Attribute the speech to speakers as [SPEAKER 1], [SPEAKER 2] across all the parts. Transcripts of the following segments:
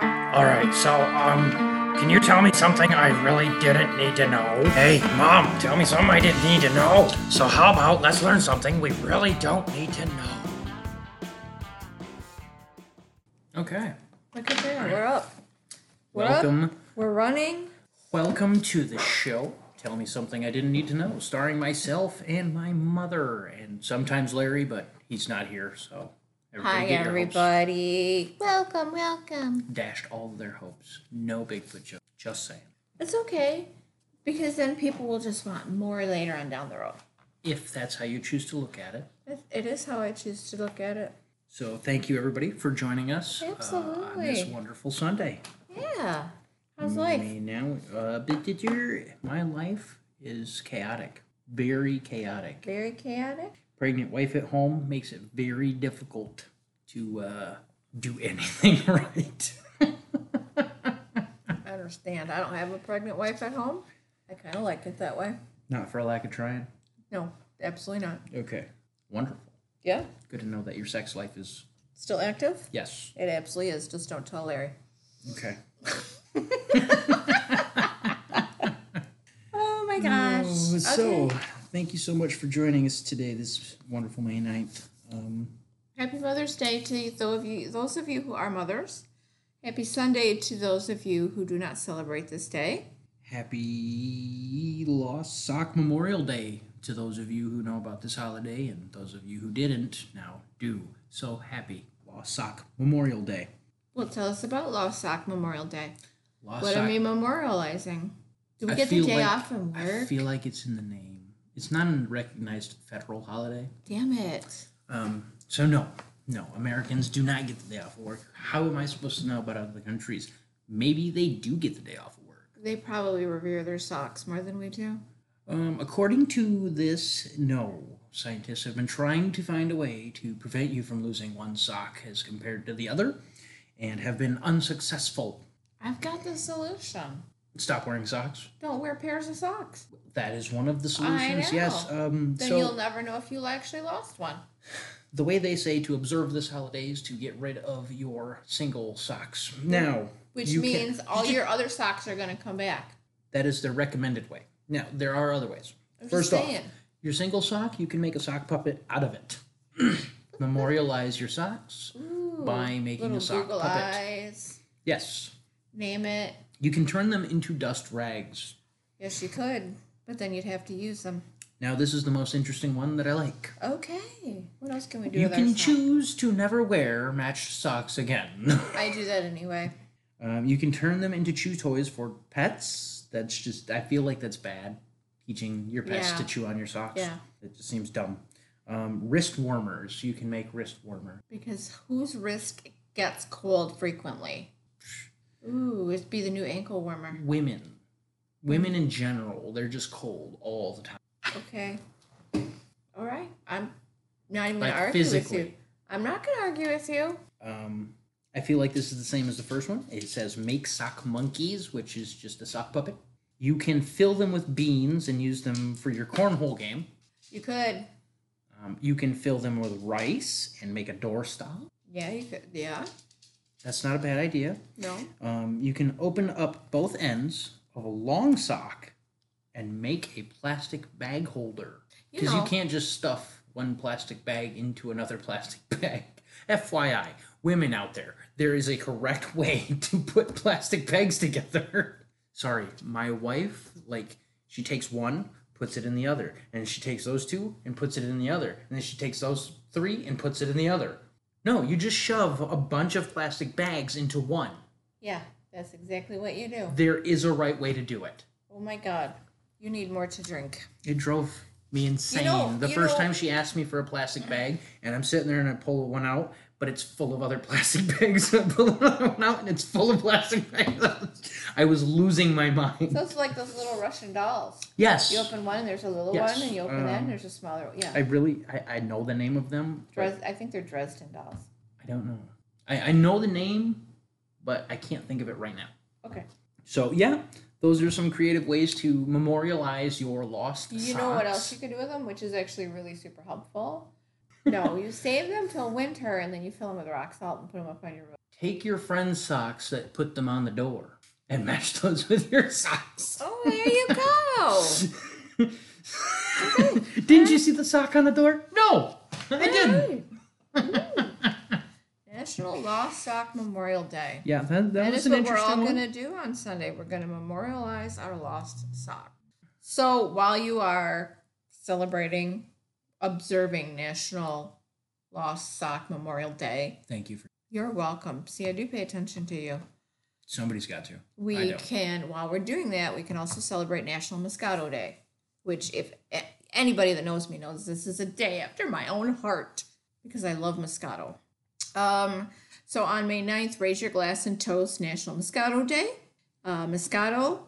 [SPEAKER 1] All right, so um, can you tell me something I really didn't need to know? Hey, mom, tell me something I didn't need to know. So how about let's learn something we really don't need to know? Okay,
[SPEAKER 2] Look at there. We're up. We're up.
[SPEAKER 1] welcome,
[SPEAKER 2] We're running.
[SPEAKER 1] welcome to the show. Tell me something I didn't need to know, starring myself and my mother, and sometimes Larry, but he's not here, so everybody
[SPEAKER 2] Hi,
[SPEAKER 1] get your hopes.
[SPEAKER 2] everybody. Welcome, welcome.
[SPEAKER 1] Dashed all of their hopes. No Bigfoot joke. Just saying.
[SPEAKER 2] It's okay because then people will just want more later on down the road.
[SPEAKER 1] If that's how you choose to look at it.
[SPEAKER 2] It, it is how I choose to look at it.
[SPEAKER 1] So thank you everybody for joining us uh, on this
[SPEAKER 2] Absolutely.
[SPEAKER 1] wonderful Sunday.
[SPEAKER 2] Yeah. How's
[SPEAKER 1] Mm.
[SPEAKER 2] life?
[SPEAKER 1] May now, uh, but did your my life is chaotic, very chaotic.
[SPEAKER 2] Very chaotic.
[SPEAKER 1] Pregnant wife at home makes it very difficult to uh, do anything right.
[SPEAKER 2] I understand. I don't have a pregnant wife at home. I kind of like it that way.
[SPEAKER 1] Not for lack of trying.
[SPEAKER 2] No, absolutely not.
[SPEAKER 1] Okay, wonderful.
[SPEAKER 2] Yeah.
[SPEAKER 1] Good to know that your sex life is
[SPEAKER 2] Still active?
[SPEAKER 1] yes.
[SPEAKER 2] It absolutely is. Just don't tell Larry.
[SPEAKER 1] Okay.
[SPEAKER 2] Oh my gosh.
[SPEAKER 1] So thank you so much for joining us today, this wonderful May 9th. Um,
[SPEAKER 2] Happy Mother's Day to those of you, those of you who are mothers. Happy Sunday to those of you who do not celebrate this day.
[SPEAKER 1] Happy Lost Sock Memorial Day to those of you who know about this holiday, and those of you who didn't now do. So happy Lost Sock Memorial Day.
[SPEAKER 2] Well, tell us about Lost Sock Memorial Day.
[SPEAKER 1] Lost
[SPEAKER 2] What
[SPEAKER 1] Sock.
[SPEAKER 2] are we memorializing? Do we
[SPEAKER 1] I
[SPEAKER 2] get the
[SPEAKER 1] feel
[SPEAKER 2] day
[SPEAKER 1] like-
[SPEAKER 2] off from
[SPEAKER 1] I
[SPEAKER 2] work?
[SPEAKER 1] feel like it's in the name. It's not a recognized federal holiday.
[SPEAKER 2] Damn it.
[SPEAKER 1] Um, so no, no, Americans do not get the day off of work. How am I supposed to know about other countries? Maybe they do get the day off of work.
[SPEAKER 2] They probably revere their socks more than we do.
[SPEAKER 1] Um, according to this, no. Scientists have been trying to find a way to prevent you from losing one sock as compared to the other and have been unsuccessful.
[SPEAKER 2] I've got the solution.
[SPEAKER 1] Stop wearing socks.
[SPEAKER 2] Don't wear pairs of socks.
[SPEAKER 1] That is one of the solutions. Yes.
[SPEAKER 2] know.
[SPEAKER 1] Um,
[SPEAKER 2] Then
[SPEAKER 1] so
[SPEAKER 2] you'll never know if you actually lost one.
[SPEAKER 1] the way they say to observe this holiday is to get rid of your single socks. Now,
[SPEAKER 2] Which
[SPEAKER 1] you can-
[SPEAKER 2] means all your other socks are going to come back.
[SPEAKER 1] that is the recommended way. Now, there are other ways.
[SPEAKER 2] I'm
[SPEAKER 1] First
[SPEAKER 2] just
[SPEAKER 1] off,
[SPEAKER 2] saying.
[SPEAKER 1] your single sock, you can make a sock puppet out of it. Memorialize your socks by making
[SPEAKER 2] Little
[SPEAKER 1] a sock
[SPEAKER 2] Google
[SPEAKER 1] puppet.
[SPEAKER 2] eyes.
[SPEAKER 1] Yes.
[SPEAKER 2] Name it.
[SPEAKER 1] You can turn them into dust rags.
[SPEAKER 2] Yes, you could, but then you'd have to use them.
[SPEAKER 1] Now, this is the most interesting one that I like.
[SPEAKER 2] Okay. What else can we do
[SPEAKER 1] You
[SPEAKER 2] with our
[SPEAKER 1] can
[SPEAKER 2] socks?
[SPEAKER 1] choose to never wear matched socks again.
[SPEAKER 2] I do that anyway.
[SPEAKER 1] um, you can turn them into chew toys for pets. That's just, I feel like that's bad. Teaching your pets
[SPEAKER 2] Yeah.
[SPEAKER 1] to chew on your socks.
[SPEAKER 2] Yeah.
[SPEAKER 1] It just seems dumb. Um, wrist warmers. You can make wrist warmers.
[SPEAKER 2] Because whose wrist gets cold frequently? Ooh, it'd be the new ankle warmer.
[SPEAKER 1] Women. Women in general, they're just cold all the time.
[SPEAKER 2] Okay. All right. I'm not even
[SPEAKER 1] Like
[SPEAKER 2] gonna argue with you.
[SPEAKER 1] physically.
[SPEAKER 2] I'm not gonna argue with you.
[SPEAKER 1] Um, I feel like this is the same as the first one. It says make sock monkeys, which is just a sock puppet. You can fill them with beans and use them for your cornhole game.
[SPEAKER 2] You could.
[SPEAKER 1] Um, you can fill them with rice and make a doorstop.
[SPEAKER 2] Yeah, you could. Yeah.
[SPEAKER 1] That's not a bad idea.
[SPEAKER 2] No.
[SPEAKER 1] Um, you can open up both ends of a long sock and make a plastic bag holder.
[SPEAKER 2] You
[SPEAKER 1] Because you,
[SPEAKER 2] know.
[SPEAKER 1] can't just stuff one plastic bag into another plastic bag. FYI, women out there, there is a correct way to put plastic bags together. Sorry, my wife, like, she takes one, puts it in the other, and she takes those two and puts it in the other, and then she takes those three and puts it in the other. No, you just shove a bunch of plastic bags into one.
[SPEAKER 2] Yeah, that's exactly what you do.
[SPEAKER 1] There is a right way to do it.
[SPEAKER 2] Oh my God. You need more to drink.
[SPEAKER 1] It drove me insane.
[SPEAKER 2] know-
[SPEAKER 1] the
[SPEAKER 2] you
[SPEAKER 1] first
[SPEAKER 2] know-
[SPEAKER 1] time she asked me for a plastic bag, and I'm sitting there and I pull one out, but it's full of other plastic bags. I pull another one out, and it's full of plastic bags. I was losing my mind.
[SPEAKER 2] So it's like those little Russian dolls.
[SPEAKER 1] Yes,
[SPEAKER 2] You open one and there's a little
[SPEAKER 1] Yes.
[SPEAKER 2] one, and you open that
[SPEAKER 1] Um,
[SPEAKER 2] and there's a smaller one. Yeah.
[SPEAKER 1] I really, I, I know the name of them. but
[SPEAKER 2] Dres- I think they're Dresden dolls.
[SPEAKER 1] I don't know. I, I know the name, but I can't think of it right now.
[SPEAKER 2] Okay.
[SPEAKER 1] So yeah, those are some creative ways to memorialize your lost.
[SPEAKER 2] You know what else you
[SPEAKER 1] socks.
[SPEAKER 2] could do with them, which is actually really super helpful? No, you save them till winter and then you fill them with rock salt and put them up on your roof.
[SPEAKER 1] Take your friend's socks that put them on the door and match those with your socks.
[SPEAKER 2] Oh, there you go.
[SPEAKER 1] Didn't you see the sock on the door? No, I didn't.
[SPEAKER 2] Mm. National Lost Sock Memorial Day.
[SPEAKER 1] Yeah, that, that
[SPEAKER 2] That
[SPEAKER 1] was
[SPEAKER 2] is
[SPEAKER 1] an
[SPEAKER 2] what we're
[SPEAKER 1] interesting
[SPEAKER 2] all
[SPEAKER 1] one.
[SPEAKER 2] going to do on Sunday. We're going to memorialize our lost sock. So while you are celebrating, observing National Lost Sock Memorial Day,
[SPEAKER 1] Thank you for
[SPEAKER 2] you're welcome. See, I do pay attention to you.
[SPEAKER 1] somebody's got to. I
[SPEAKER 2] We
[SPEAKER 1] know.
[SPEAKER 2] can, while we're doing that, we can also celebrate National Moscato Day, which, if a- anybody that knows me knows, this is a day after my own heart because I love Moscato. Um, so on May 9th, raise your glass and toast National Moscato Day. Uh, Moscato,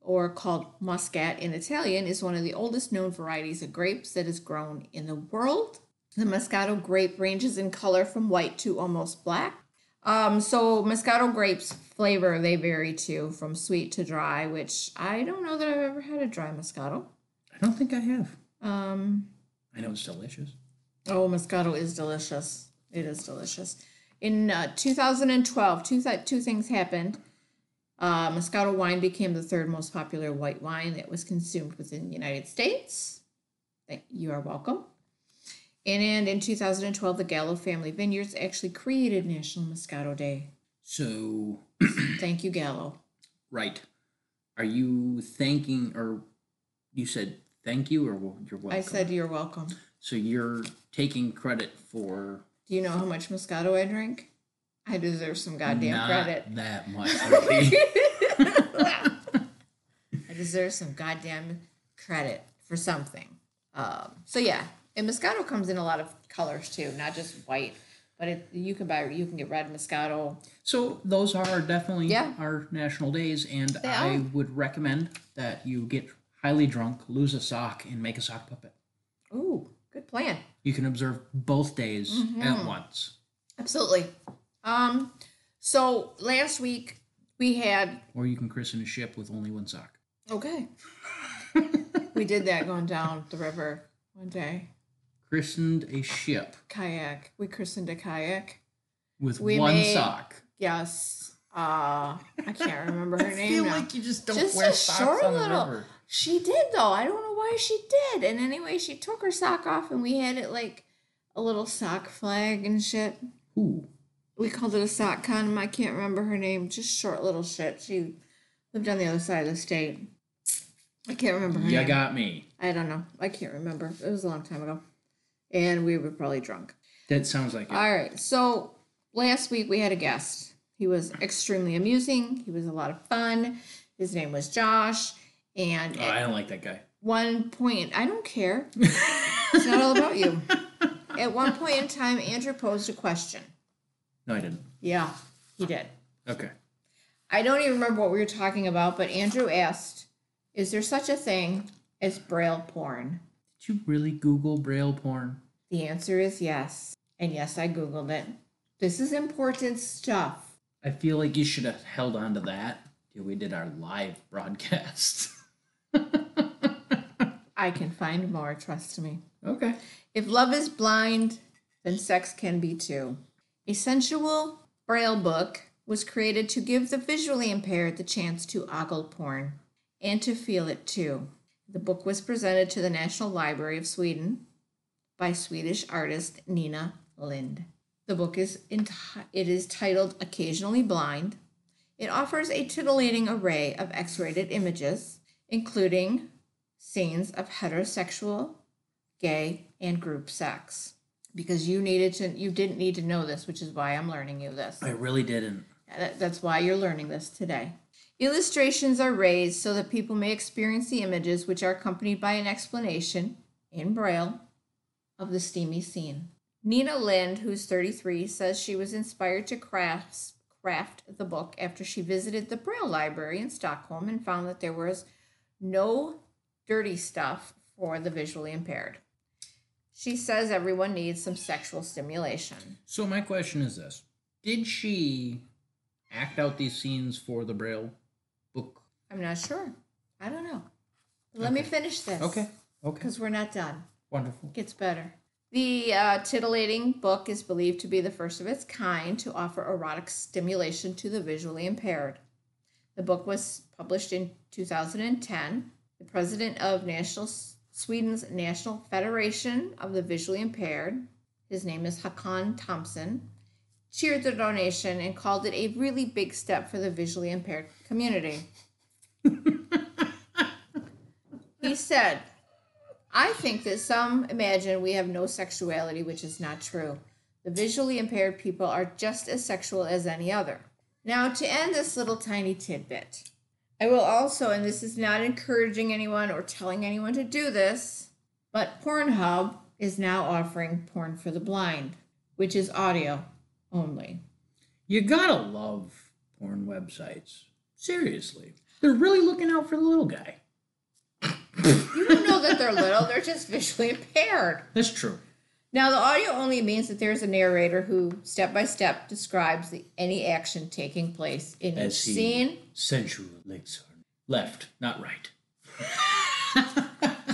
[SPEAKER 2] or called Muscat in Italian, is one of the oldest known varieties of grapes that is grown in the world. The Moscato grape ranges in color from white to almost black. Um, so Moscato grapes flavor they vary too, from sweet to dry, which I don't know that I've ever had a dry Moscato.
[SPEAKER 1] I don't think I have.
[SPEAKER 2] Um,
[SPEAKER 1] I know it's delicious.
[SPEAKER 2] oh, Moscato is delicious. It is delicious. In uh, 2012, two th- two things happened. Uh, Moscato wine became the third most popular white wine that was consumed within the United States. Thank- You are welcome. And, and in 2012, the Gallo family vineyards actually created National Moscato Day.
[SPEAKER 1] So,
[SPEAKER 2] Thank you, Gallo.
[SPEAKER 1] right. Are you thanking, or you said thank you, or well, you're welcome?
[SPEAKER 2] I said you're welcome.
[SPEAKER 1] So you're taking credit for
[SPEAKER 2] Do you know how much Moscato I drink? I deserve some goddamn
[SPEAKER 1] not
[SPEAKER 2] credit.
[SPEAKER 1] that much. really.
[SPEAKER 2] I deserve some goddamn credit for something. Um, so yeah, and Moscato comes in a lot of colors too, not just white. But it, you can buy, you can get red Moscato.
[SPEAKER 1] so those are definitely
[SPEAKER 2] Yeah.
[SPEAKER 1] our national days, and I
[SPEAKER 2] are.
[SPEAKER 1] would recommend that you get highly drunk, lose a sock, and make a sock puppet.
[SPEAKER 2] Ooh, good plan.
[SPEAKER 1] You can observe both days
[SPEAKER 2] Mm-hmm.
[SPEAKER 1] at once.
[SPEAKER 2] Absolutely. Um, so last week we had
[SPEAKER 1] Or you can christen a ship with only one sock.
[SPEAKER 2] okay, we did that going down the river one day
[SPEAKER 1] Christened a ship
[SPEAKER 2] kayak. We christened a kayak.
[SPEAKER 1] with
[SPEAKER 2] We
[SPEAKER 1] one
[SPEAKER 2] may
[SPEAKER 1] sock.
[SPEAKER 2] Yes. Uh, I can't remember her name. now.
[SPEAKER 1] you just don't
[SPEAKER 2] Just a short little. She did though. I don't know why she did. And anyway, she took her sock off, and we had it like a little sock flag and shit.
[SPEAKER 1] Ooh,
[SPEAKER 2] We called it a sock condom. I can't remember her name. Just short little shit. She lived on the other side of the state. I can't remember her
[SPEAKER 1] you
[SPEAKER 2] name.
[SPEAKER 1] got me.
[SPEAKER 2] I don't know. I can't remember. It was a long time ago, and we were probably drunk.
[SPEAKER 1] That sounds like it.
[SPEAKER 2] All right. So last week we had a guest. He was extremely amusing. He was a lot of fun. His name was Josh. And
[SPEAKER 1] Oh, I don't like that guy.
[SPEAKER 2] one point, I don't care. it's not all about you. At one point in time, Andrew posed a question.
[SPEAKER 1] No, I didn't.
[SPEAKER 2] Yeah, he did.
[SPEAKER 1] Okay.
[SPEAKER 2] I don't even remember what we were talking about, but Andrew asked, "Is there such a thing as braille porn?"
[SPEAKER 1] Did you really Google braille porn?
[SPEAKER 2] The answer is yes, and yes, I googled it. This is important stuff.
[SPEAKER 1] I feel like you should have held on to that till we did our live broadcast.
[SPEAKER 2] I can find more, trust me.
[SPEAKER 1] okay.
[SPEAKER 2] If love is blind, then sex can be too. A sensual braille book was created to give the visually impaired the chance to ogle porn and to feel it too. The book was presented to the National Library of Sweden by Swedish artist Nina Lind. The book is enti- it is titled Occasionally Blind. It offers a titillating array of X-rated images, including scenes of heterosexual gay and group sex because you needed to you didn't need to know this which is why i'm learning you this
[SPEAKER 1] I really didn't.
[SPEAKER 2] That- that's why you're learning this today illustrations are raised so that people may experience the images which are accompanied by an explanation in braille of the steamy scene nina lind who's 33 says she was inspired to craft craft the book after she visited the braille library in stockholm and found that there was no dirty stuff for the visually impaired. She says everyone needs some sexual stimulation.
[SPEAKER 1] So my question is this: Did she act out these scenes for the braille book?
[SPEAKER 2] I'm not sure. I don't know. Let me finish this.
[SPEAKER 1] Okay. Okay.
[SPEAKER 2] Because we're not done.
[SPEAKER 1] Wonderful.
[SPEAKER 2] Gets better. The uh, titillating book is believed to be the first of its kind to offer erotic stimulation to the visually impaired. The book was published in 2010. The president of National Sweden's National Federation of the Visually Impaired, his name is Hakan Thompson, cheered the donation and called it a really big step for the visually impaired community. he said, I think that some imagine we have no sexuality, which is not true. The visually impaired people are just as sexual as any other. Now, to end this little tiny tidbit, I will also, and this is not encouraging anyone or telling anyone to do this, but Pornhub is now offering porn for the blind, which is audio only.
[SPEAKER 1] You gotta love porn websites. Seriously. They're really looking out for the little guy.
[SPEAKER 2] You don't know that they're little, they're just visually impaired.
[SPEAKER 1] That's true.
[SPEAKER 2] Now, the audio only means that there's a narrator who step by step describes the, any action taking place in each
[SPEAKER 1] As he
[SPEAKER 2] scene.
[SPEAKER 1] sensual legs are left, not right.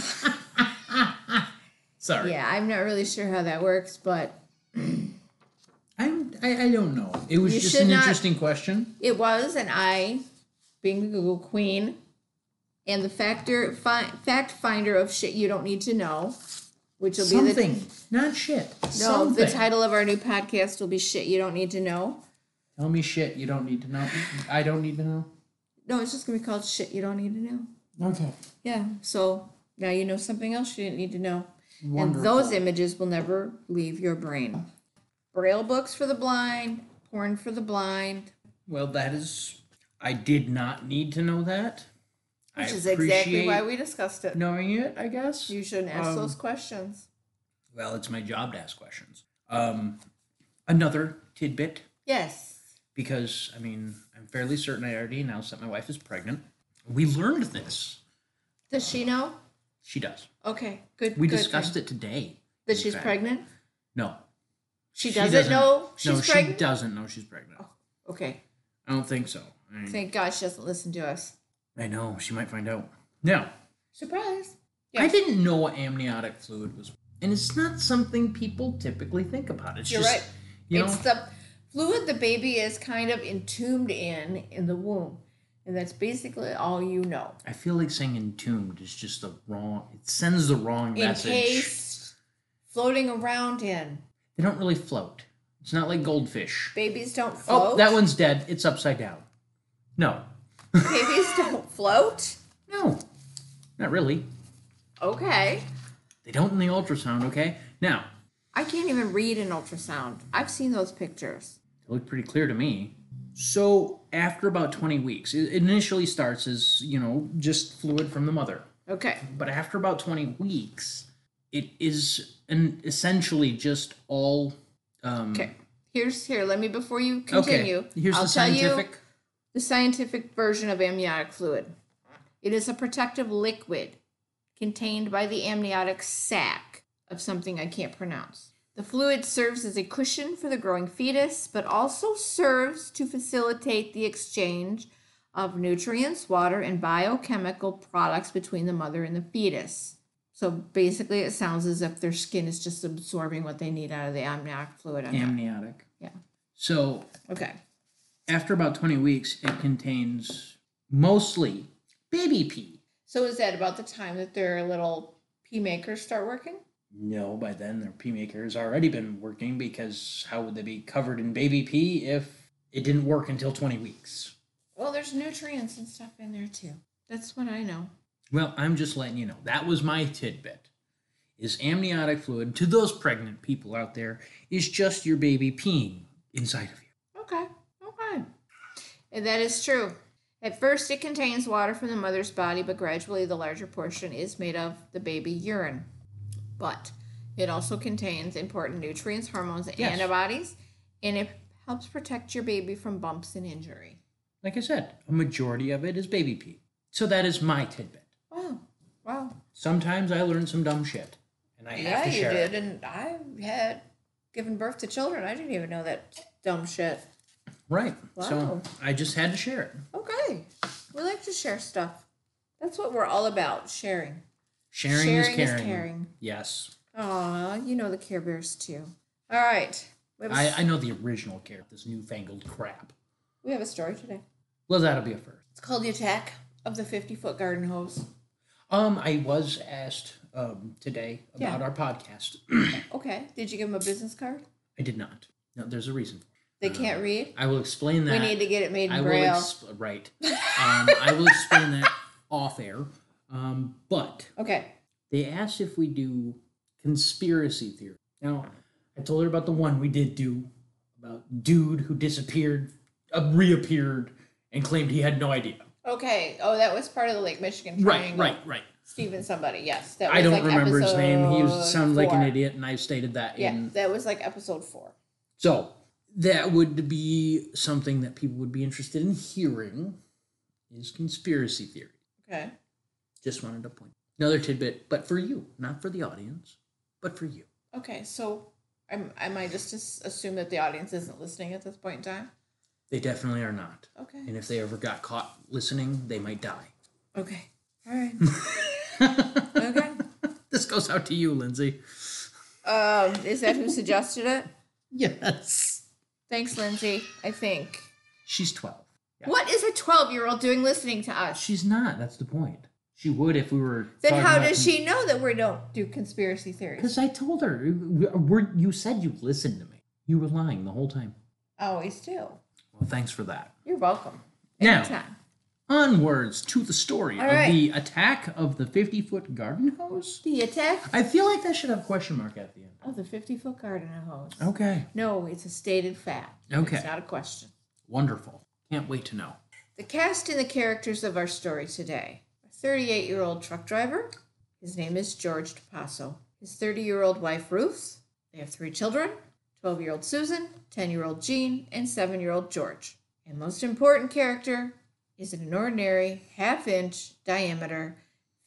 [SPEAKER 1] Sorry.
[SPEAKER 2] Yeah, I'm not really sure how that works, but
[SPEAKER 1] I'm, I, I don't know. It was
[SPEAKER 2] You
[SPEAKER 1] just
[SPEAKER 2] should
[SPEAKER 1] an
[SPEAKER 2] not-
[SPEAKER 1] interesting question.
[SPEAKER 2] it was, and I, being the Google queen, and the factor fi- fact finder of shit you don't need to know, which will be the
[SPEAKER 1] Something, not shit.
[SPEAKER 2] no,
[SPEAKER 1] Something.
[SPEAKER 2] the title of our new podcast will be shit you don't need to know.
[SPEAKER 1] Tell me shit you don't need to know. I don't need to know.
[SPEAKER 2] No, it's just gonna be called shit you don't need to know.
[SPEAKER 1] Okay.
[SPEAKER 2] Yeah, so now you know something else you didn't need to know. And
[SPEAKER 1] Wonderful.
[SPEAKER 2] those images will never leave your brain. Braille books for the blind, porn for the blind.
[SPEAKER 1] Well, that is. I did not need to know that.
[SPEAKER 2] Which
[SPEAKER 1] I
[SPEAKER 2] is exactly
[SPEAKER 1] appreciate
[SPEAKER 2] why we discussed it.
[SPEAKER 1] knowing it. I guess.
[SPEAKER 2] You shouldn't ask
[SPEAKER 1] Um,
[SPEAKER 2] those questions.
[SPEAKER 1] Well, it's my job to ask questions. Um, another tidbit,
[SPEAKER 2] Yes.
[SPEAKER 1] because I mean, I'm fairly certain I already announced that my wife is pregnant. We learned this.
[SPEAKER 2] Does she know?
[SPEAKER 1] She does.
[SPEAKER 2] Okay, good.
[SPEAKER 1] We
[SPEAKER 2] good
[SPEAKER 1] discussed
[SPEAKER 2] thing.
[SPEAKER 1] it today.
[SPEAKER 2] That
[SPEAKER 1] in
[SPEAKER 2] she's
[SPEAKER 1] fact.
[SPEAKER 2] pregnant?
[SPEAKER 1] No.
[SPEAKER 2] She doesn't, know she's
[SPEAKER 1] no,
[SPEAKER 2] pregnant?
[SPEAKER 1] she doesn't know she's pregnant.
[SPEAKER 2] okay,
[SPEAKER 1] I don't think so. I,
[SPEAKER 2] thank God she doesn't listen to us.
[SPEAKER 1] I know. She might find out. Now,
[SPEAKER 2] Surprise.
[SPEAKER 1] I
[SPEAKER 2] Yeah.
[SPEAKER 1] didn't know what amniotic fluid was. And it's not something people typically think about. It's
[SPEAKER 2] You're
[SPEAKER 1] just,
[SPEAKER 2] right.
[SPEAKER 1] you know,
[SPEAKER 2] it's the fluid the baby is kind of entombed in in the womb. And that's basically all you know.
[SPEAKER 1] I feel like saying entombed is just the wrong, it sends the wrong message.
[SPEAKER 2] Encased, floating around in.
[SPEAKER 1] They don't really float. It's not like goldfish.
[SPEAKER 2] Babies don't float.
[SPEAKER 1] Oh, that one's dead. It's upside down. No.
[SPEAKER 2] Babies don't float.
[SPEAKER 1] No. Not really.
[SPEAKER 2] Okay.
[SPEAKER 1] They don't in the ultrasound, okay? Now,
[SPEAKER 2] I can't even read an ultrasound. I've seen those pictures.
[SPEAKER 1] It looked pretty clear to me. So after about 20 weeks, it initially starts as, you know, just fluid from the mother.
[SPEAKER 2] Okay.
[SPEAKER 1] But after about 20 weeks, it is an essentially just all um
[SPEAKER 2] Okay. Here's here. Let me before you
[SPEAKER 1] okay,
[SPEAKER 2] continue.
[SPEAKER 1] Here's
[SPEAKER 2] I'll
[SPEAKER 1] the
[SPEAKER 2] tell
[SPEAKER 1] scientific
[SPEAKER 2] you the scientific version of amniotic fluid. It is a protective liquid contained by the amniotic sac of something I can't pronounce. The fluid serves as a cushion for the growing fetus, but also serves to facilitate the exchange of nutrients, water, and biochemical products between the mother and the fetus. So basically, it sounds as if their skin is just absorbing what they need out of the amniotic fluid. on top.
[SPEAKER 1] amniotic.
[SPEAKER 2] Yeah.
[SPEAKER 1] So
[SPEAKER 2] Okay.
[SPEAKER 1] after about 20 weeks, it contains mostly baby pee.
[SPEAKER 2] So is that about the time that their little pea makers start working?
[SPEAKER 1] No, by then their pee maker has already been working because how would they be covered in baby pee if it didn't work until 20 weeks?
[SPEAKER 2] Well, there's nutrients and stuff in there too. That's what I know.
[SPEAKER 1] Well, I'm just letting you know. That was my tidbit. Is amniotic fluid to those pregnant people out there is just your baby peeing inside of you.
[SPEAKER 2] Okay. Okay. And that is true. At first, it contains water from the mother's body, but gradually the larger portion is made of the baby urine. But it also contains important nutrients, hormones, and
[SPEAKER 1] Yes.
[SPEAKER 2] antibodies, and it helps protect your baby from bumps and injury.
[SPEAKER 1] Like I said, a majority of it is baby pee. So that is my tidbit.
[SPEAKER 2] Wow. Wow.
[SPEAKER 1] Sometimes I learn some dumb shit and I have
[SPEAKER 2] Yeah,
[SPEAKER 1] to
[SPEAKER 2] you
[SPEAKER 1] share
[SPEAKER 2] did.
[SPEAKER 1] it.
[SPEAKER 2] And I had given birth to children. I didn't even know that dumb shit.
[SPEAKER 1] Right.
[SPEAKER 2] Wow.
[SPEAKER 1] So I just had to share it.
[SPEAKER 2] Okay. We like to share stuff. That's what we're all about sharing.
[SPEAKER 1] Sharing,
[SPEAKER 2] Sharing is
[SPEAKER 1] is caring.
[SPEAKER 2] caring.
[SPEAKER 1] Yes.
[SPEAKER 2] Aw, you know the Care Bears too. All right. We have a,
[SPEAKER 1] I, I know the original care, this newfangled crap.
[SPEAKER 2] we have a story today.
[SPEAKER 1] Well, that'll be a first.
[SPEAKER 2] It's called The Attack of the 50 Foot Garden Hose.
[SPEAKER 1] Um, I was asked um, today
[SPEAKER 2] Yeah.
[SPEAKER 1] about our podcast.
[SPEAKER 2] Okay. Did you give them a business card?
[SPEAKER 1] I did not. No, there's a reason.
[SPEAKER 2] They can't read?
[SPEAKER 1] I will explain
[SPEAKER 2] We
[SPEAKER 1] that.
[SPEAKER 2] need to get it made in
[SPEAKER 1] I will
[SPEAKER 2] Braille.
[SPEAKER 1] exp- right. Um, I will explain that off air. Um, but
[SPEAKER 2] okay.
[SPEAKER 1] they asked if we do conspiracy theory. Now, I told her about the one we did do about dude who disappeared, uh, reappeared, and claimed he had no idea.
[SPEAKER 2] Okay. Oh, that was part of the Lake Michigan
[SPEAKER 1] Right,
[SPEAKER 2] Triangle.
[SPEAKER 1] right, right.
[SPEAKER 2] Stephen somebody. Yes. That was
[SPEAKER 1] I don't
[SPEAKER 2] like
[SPEAKER 1] remember his name. He
[SPEAKER 2] episode
[SPEAKER 1] was, sounds like an
[SPEAKER 2] four.
[SPEAKER 1] idiot, and I stated that
[SPEAKER 2] Yeah.
[SPEAKER 1] in
[SPEAKER 2] That was like episode four.
[SPEAKER 1] So that would be something that people would be interested in hearing is conspiracy theory.
[SPEAKER 2] Okay.
[SPEAKER 1] Just wanted to point another tidbit, but for you, not for the audience, but for you.
[SPEAKER 2] Okay. So I'm, am I just to s- assume that the audience isn't listening at this point in time?
[SPEAKER 1] They definitely are not.
[SPEAKER 2] Okay.
[SPEAKER 1] And if they ever got caught listening, they might die.
[SPEAKER 2] Okay. All right. okay.
[SPEAKER 1] This goes out to you, Lindsay.
[SPEAKER 2] Um, is that who suggested it?
[SPEAKER 1] Yes.
[SPEAKER 2] Thanks, Lindsay. I think.
[SPEAKER 1] She's 12. Yeah.
[SPEAKER 2] What is a 12 year old doing listening to us?
[SPEAKER 1] She's not. That's the point. She would if we were.
[SPEAKER 2] Then how does she know that we don't do conspiracy theories?
[SPEAKER 1] Because I told her. we- we're- you said you listened to me. You were lying the whole time.
[SPEAKER 2] I always do.
[SPEAKER 1] Well, thanks for that.
[SPEAKER 2] You're welcome.
[SPEAKER 1] Now,
[SPEAKER 2] Anytime.
[SPEAKER 1] onwards to the story
[SPEAKER 2] All
[SPEAKER 1] of
[SPEAKER 2] right.
[SPEAKER 1] the attack of the 50 foot garden hose.
[SPEAKER 2] The attack
[SPEAKER 1] I feel like that should have a question mark at the end.
[SPEAKER 2] of Oh, the 50 foot garden hose.
[SPEAKER 1] Okay.
[SPEAKER 2] No, it's a stated fact.
[SPEAKER 1] Oh. Okay.
[SPEAKER 2] It's not a question.
[SPEAKER 1] Wonderful. Can't wait to know.
[SPEAKER 2] The cast and the characters of our story today. A 38 year old truck driver. His name is George DePasso. His 30 year old wife, Ruth. They have three children 12 year old Susan, 10 year old Jean, and 7 year old George. And most important character is an ordinary half inch diameter,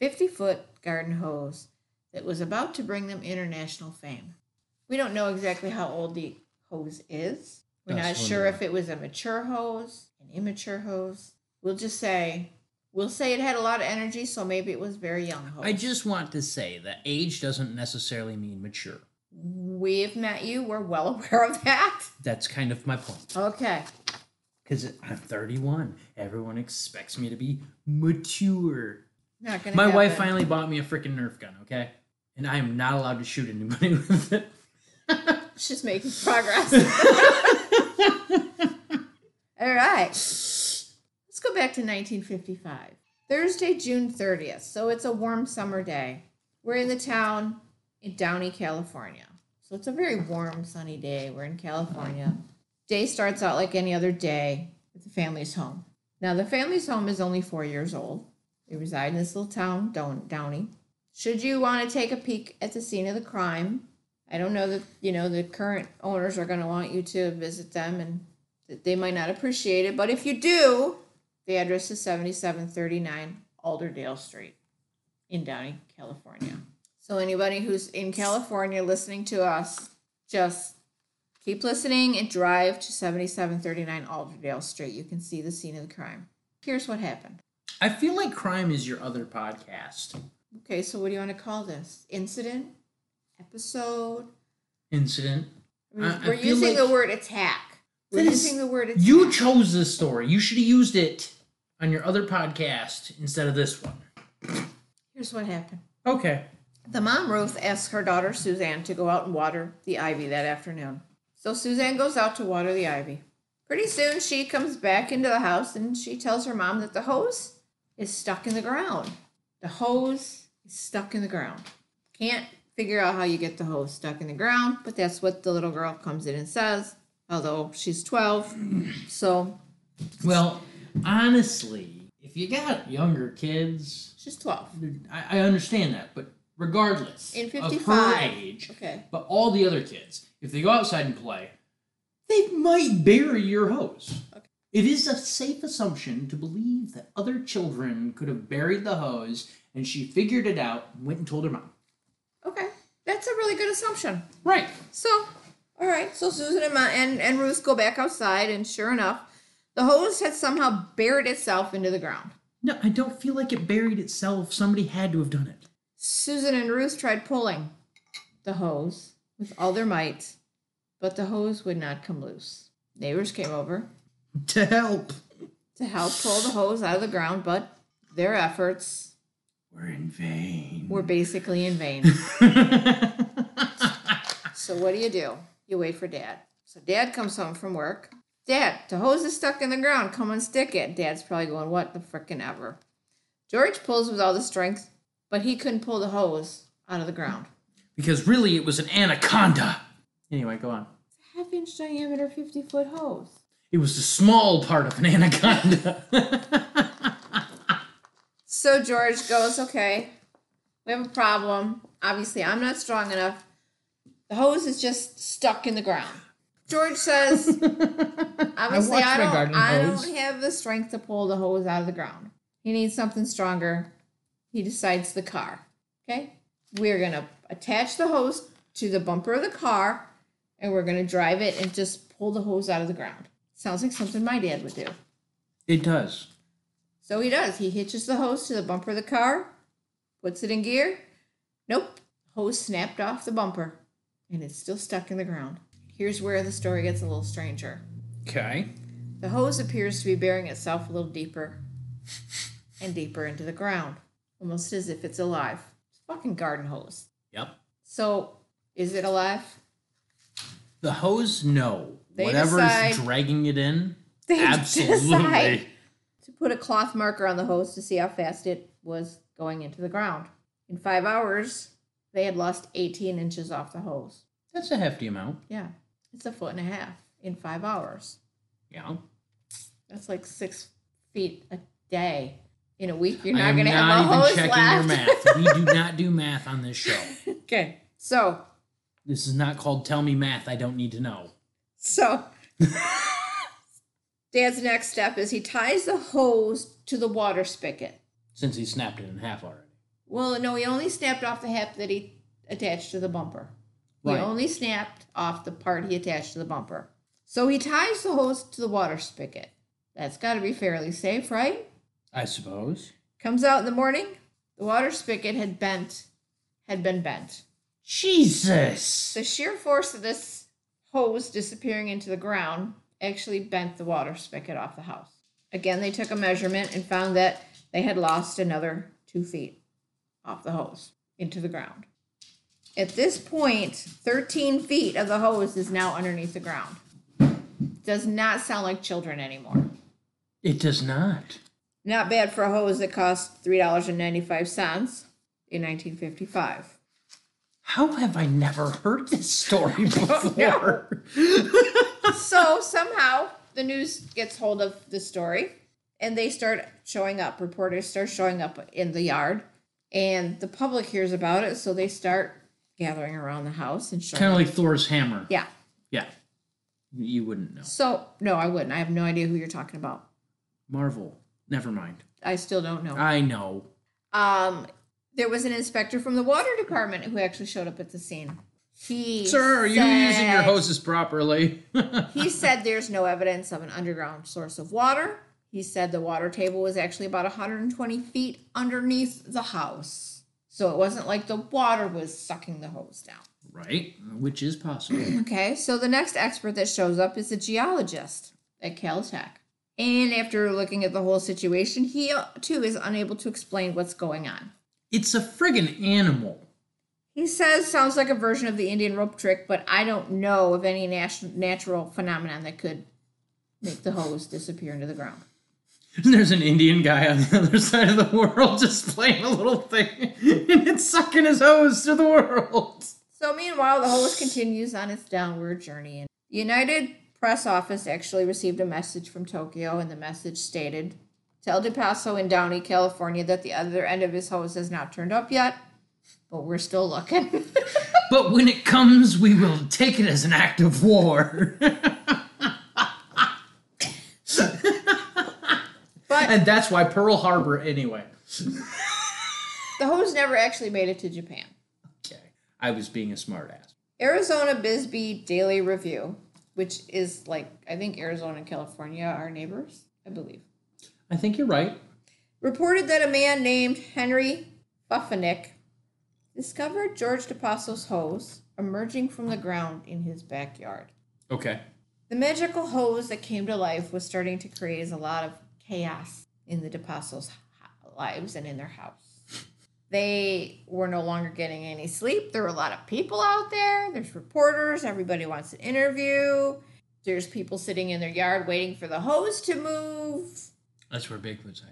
[SPEAKER 2] 50 foot garden hose that was about to bring them international fame. We don't know exactly how old the hose is. We're
[SPEAKER 1] That's
[SPEAKER 2] not sure
[SPEAKER 1] wonderful.
[SPEAKER 2] if it was a mature hose, an immature hose. We'll just say, we'll say it had a lot of energy, so maybe it was very young hose.
[SPEAKER 1] I just want to say that age doesn't necessarily mean mature.
[SPEAKER 2] We've met you. We're well aware of that.
[SPEAKER 1] That's kind of my point.
[SPEAKER 2] Okay.
[SPEAKER 1] Because I'm 31. Everyone expects me to be mature.
[SPEAKER 2] Not gonna.
[SPEAKER 1] My wife
[SPEAKER 2] happen.
[SPEAKER 1] finally bought me a freaking Nerf gun, okay? And I am not allowed to shoot anybody with it.
[SPEAKER 2] She's making progress. All right. Let's go back to 1955. Thursday, June 30th. So it's a warm summer day. We're in the town in Downey, California. So it's a very warm, sunny day. We're in California. Day starts out like any other day at the family's home. Now, the family's home is only four years old. They reside in this little town, Down- Downey. Should you want to take a peek at the scene of the crime, I don't know that you know the current owners are going to want you to visit them, and that they might not appreciate it. But if you do, the address is seventy-seven thirty-nine Alderdale Street in Downey, California. So anybody who's in California listening to us, just keep listening and drive to seventy-seven thirty-nine Alderdale Street. You can see the scene of the crime. Here's what happened.
[SPEAKER 1] I feel like crime is your other podcast.
[SPEAKER 2] Okay, so what do you want to call this? Incident, episode.
[SPEAKER 1] Incident.
[SPEAKER 2] I mean,
[SPEAKER 1] I- I
[SPEAKER 2] Mm, we're
[SPEAKER 1] feel
[SPEAKER 2] using
[SPEAKER 1] like-
[SPEAKER 2] the word attack. We're
[SPEAKER 1] That is-
[SPEAKER 2] using the word attack.
[SPEAKER 1] You chose this story. You should have used it on your other podcast instead of this one.
[SPEAKER 2] Here's what happened.
[SPEAKER 1] Okay.
[SPEAKER 2] The mom, Ruth, asks her daughter, Suzanne, to go out and water the ivy that afternoon. So Suzanne goes out to water the ivy. Pretty soon, she comes back into the house and she tells her mom that the hose is stuck in the ground. The hose is stuck in the ground. Can't figure out how you get the hose stuck in the ground, but that's what the little girl comes in and says, although she's 12. So
[SPEAKER 1] Well, honestly, if you got younger kids,
[SPEAKER 2] she's 12.
[SPEAKER 1] I, I understand that, but regardless
[SPEAKER 2] In
[SPEAKER 1] of her
[SPEAKER 2] 55.
[SPEAKER 1] age,
[SPEAKER 2] Okay.
[SPEAKER 1] but all the other kids, if they go outside and play, they might bury your hose.
[SPEAKER 2] Okay.
[SPEAKER 1] It is a safe assumption to believe that other children could have buried the hose, and she figured it out and went and told her mom.
[SPEAKER 2] Okay. That's a really good assumption.
[SPEAKER 1] Right.
[SPEAKER 2] So, all right. So Susan and, Ma- and and Ruth go back outside, and sure enough, the hose had somehow buried itself into the ground.
[SPEAKER 1] No, I don't feel like it buried itself. Somebody had to have done it.
[SPEAKER 2] Susan and Ruth tried pulling. the hose with all their might, but the hose would not come loose. Neighbors came over
[SPEAKER 1] To help.
[SPEAKER 2] to help pull the hose out of the ground, but their efforts
[SPEAKER 1] We're in vain.
[SPEAKER 2] were basically in vain. so what do you do? You wait for dad. So dad comes home from work. Dad, the hose is stuck in the ground. Come and stick it. Dad's probably going, what the frickin' ever. George pulls with all the strength, but he couldn't pull the hose out of the ground.
[SPEAKER 1] because really, it was an anaconda. Anyway, go on.
[SPEAKER 2] Half inch diameter, 50 foot hose.
[SPEAKER 1] It was the small part of an anaconda.
[SPEAKER 2] So George goes, okay, we have a problem. Obviously, I'm not strong enough. The hose is just stuck in the ground. George says, obviously,
[SPEAKER 1] watch my
[SPEAKER 2] I, don't,
[SPEAKER 1] garden
[SPEAKER 2] I
[SPEAKER 1] hose."
[SPEAKER 2] don't have the strength to pull the hose out of the ground. He needs something stronger. He decides the car. Okay, we're gonna attach the hose to the bumper of the car, and we're gonna drive it and just pull the hose out of the ground. Sounds like something my dad would do.
[SPEAKER 1] it does.
[SPEAKER 2] So he does. He hitches the hose to the bumper of the car, puts it in gear. Nope. Hose snapped off the bumper and it's still stuck in the ground. Here's where the story gets a little stranger.
[SPEAKER 1] Okay.
[SPEAKER 2] The hose appears to be burying itself a little deeper and deeper into the ground, almost as if it's alive. It's a fucking garden hose.
[SPEAKER 1] Yep.
[SPEAKER 2] So, is it alive?
[SPEAKER 1] The hose, no.
[SPEAKER 2] They
[SPEAKER 1] Whatever's
[SPEAKER 2] decide-
[SPEAKER 1] dragging it in,
[SPEAKER 2] They
[SPEAKER 1] absolutely.
[SPEAKER 2] decide to put a cloth marker on the hose to see how fast it was going into the ground. In five hours, they had lost 18 inches off the hose.
[SPEAKER 1] That's a hefty amount.
[SPEAKER 2] Yeah, it's a foot and a half in five hours.
[SPEAKER 1] Yeah.
[SPEAKER 2] That's like six feet a day. In a week, you're
[SPEAKER 1] I
[SPEAKER 2] not
[SPEAKER 1] am
[SPEAKER 2] going to have a hose left.
[SPEAKER 1] math. we do not do math on this show.
[SPEAKER 2] okay, so
[SPEAKER 1] This is not called Tell Me Math I Don't Need to Know.
[SPEAKER 2] So, Dan's next step is he ties the hose to the water spigot.
[SPEAKER 1] Since he snapped it in half already.
[SPEAKER 2] Well, no, he only snapped off the half that he attached to the bumper.
[SPEAKER 1] Right.
[SPEAKER 2] He only snapped off the part he attached to the bumper. So he ties the hose to the water spigot. That's got to be fairly safe, right?
[SPEAKER 1] I suppose.
[SPEAKER 2] Comes out in the morning, the water spigot had bent, had been bent.
[SPEAKER 1] Jesus!
[SPEAKER 2] The sheer force of this hose disappearing into the ground actually bent the water spigot off the house. Again, they took a measurement and found that they had lost another two feet off the hose into the ground. At this point, 13 feet of the hose is now underneath the ground. Does not sound like children anymore.
[SPEAKER 1] It does not.
[SPEAKER 2] Not bad for a hose that cost $3.95 in 1955.
[SPEAKER 1] How have I never heard this story before?
[SPEAKER 2] so somehow the news gets hold of the story and they start showing up reporters start showing up in the yard and the public hears about it so they start gathering around the house and showing
[SPEAKER 1] kind of like Thor's hammer.
[SPEAKER 2] yeah
[SPEAKER 1] Yeah. You wouldn't know.
[SPEAKER 2] so no i wouldn't i have no idea who you're talking about
[SPEAKER 1] Marvel. Never mind.
[SPEAKER 2] i still don't know
[SPEAKER 1] I know.
[SPEAKER 2] um there was an inspector from the water department who actually showed up at the scene he
[SPEAKER 1] Sir, are you using your
[SPEAKER 2] said-
[SPEAKER 1] hoses properly?
[SPEAKER 2] He said there's no evidence of an underground source of water. He said the water table was actually about 120 feet underneath the house. So it wasn't like the water was sucking the hose down.
[SPEAKER 1] right? Which is possible.
[SPEAKER 2] Okay, so the next expert that shows up is a geologist at Caltech. And after looking at the whole situation, he uh, too is unable to explain what's going on.
[SPEAKER 1] it's a friggin' animal.
[SPEAKER 2] He says sounds like a version of the Indian rope trick, but I don't know of any nat- natural phenomenon that could make the hose disappear into the ground.
[SPEAKER 1] There's an Indian guy on the other side of the world just playing a little thing, and it's sucking his hose to the world.
[SPEAKER 2] So meanwhile, the hose continues on its downward journey. And the United Press Office actually received a message from Tokyo, and the message stated, "Tell De Paso in Downey, California, that the other end of his hose has not turned up yet, but we're still looking."
[SPEAKER 1] But when it comes, we will take it as an act of war.
[SPEAKER 2] but
[SPEAKER 1] and that's why Pearl Harbor, anyway.
[SPEAKER 2] the hose never actually made it to Japan.
[SPEAKER 1] Okay. I was being a smartass.
[SPEAKER 2] Arizona Bisbee Daily Review, which is like I think Arizona and California are neighbors, I believe.
[SPEAKER 1] I think you're right.
[SPEAKER 2] reported that a man named Henry Buffinick discovered George DePasso's hose emerging from the ground in his backyard.
[SPEAKER 1] Okay.
[SPEAKER 2] The magical hose that came to life was starting to create a lot of chaos in the DePassos' lives and in their house. They were no longer getting any sleep. There were a lot of people out there. There's reporters. Everybody wants an interview. There's people sitting in their yard waiting for the hose to move.
[SPEAKER 1] That's where Big was hiding.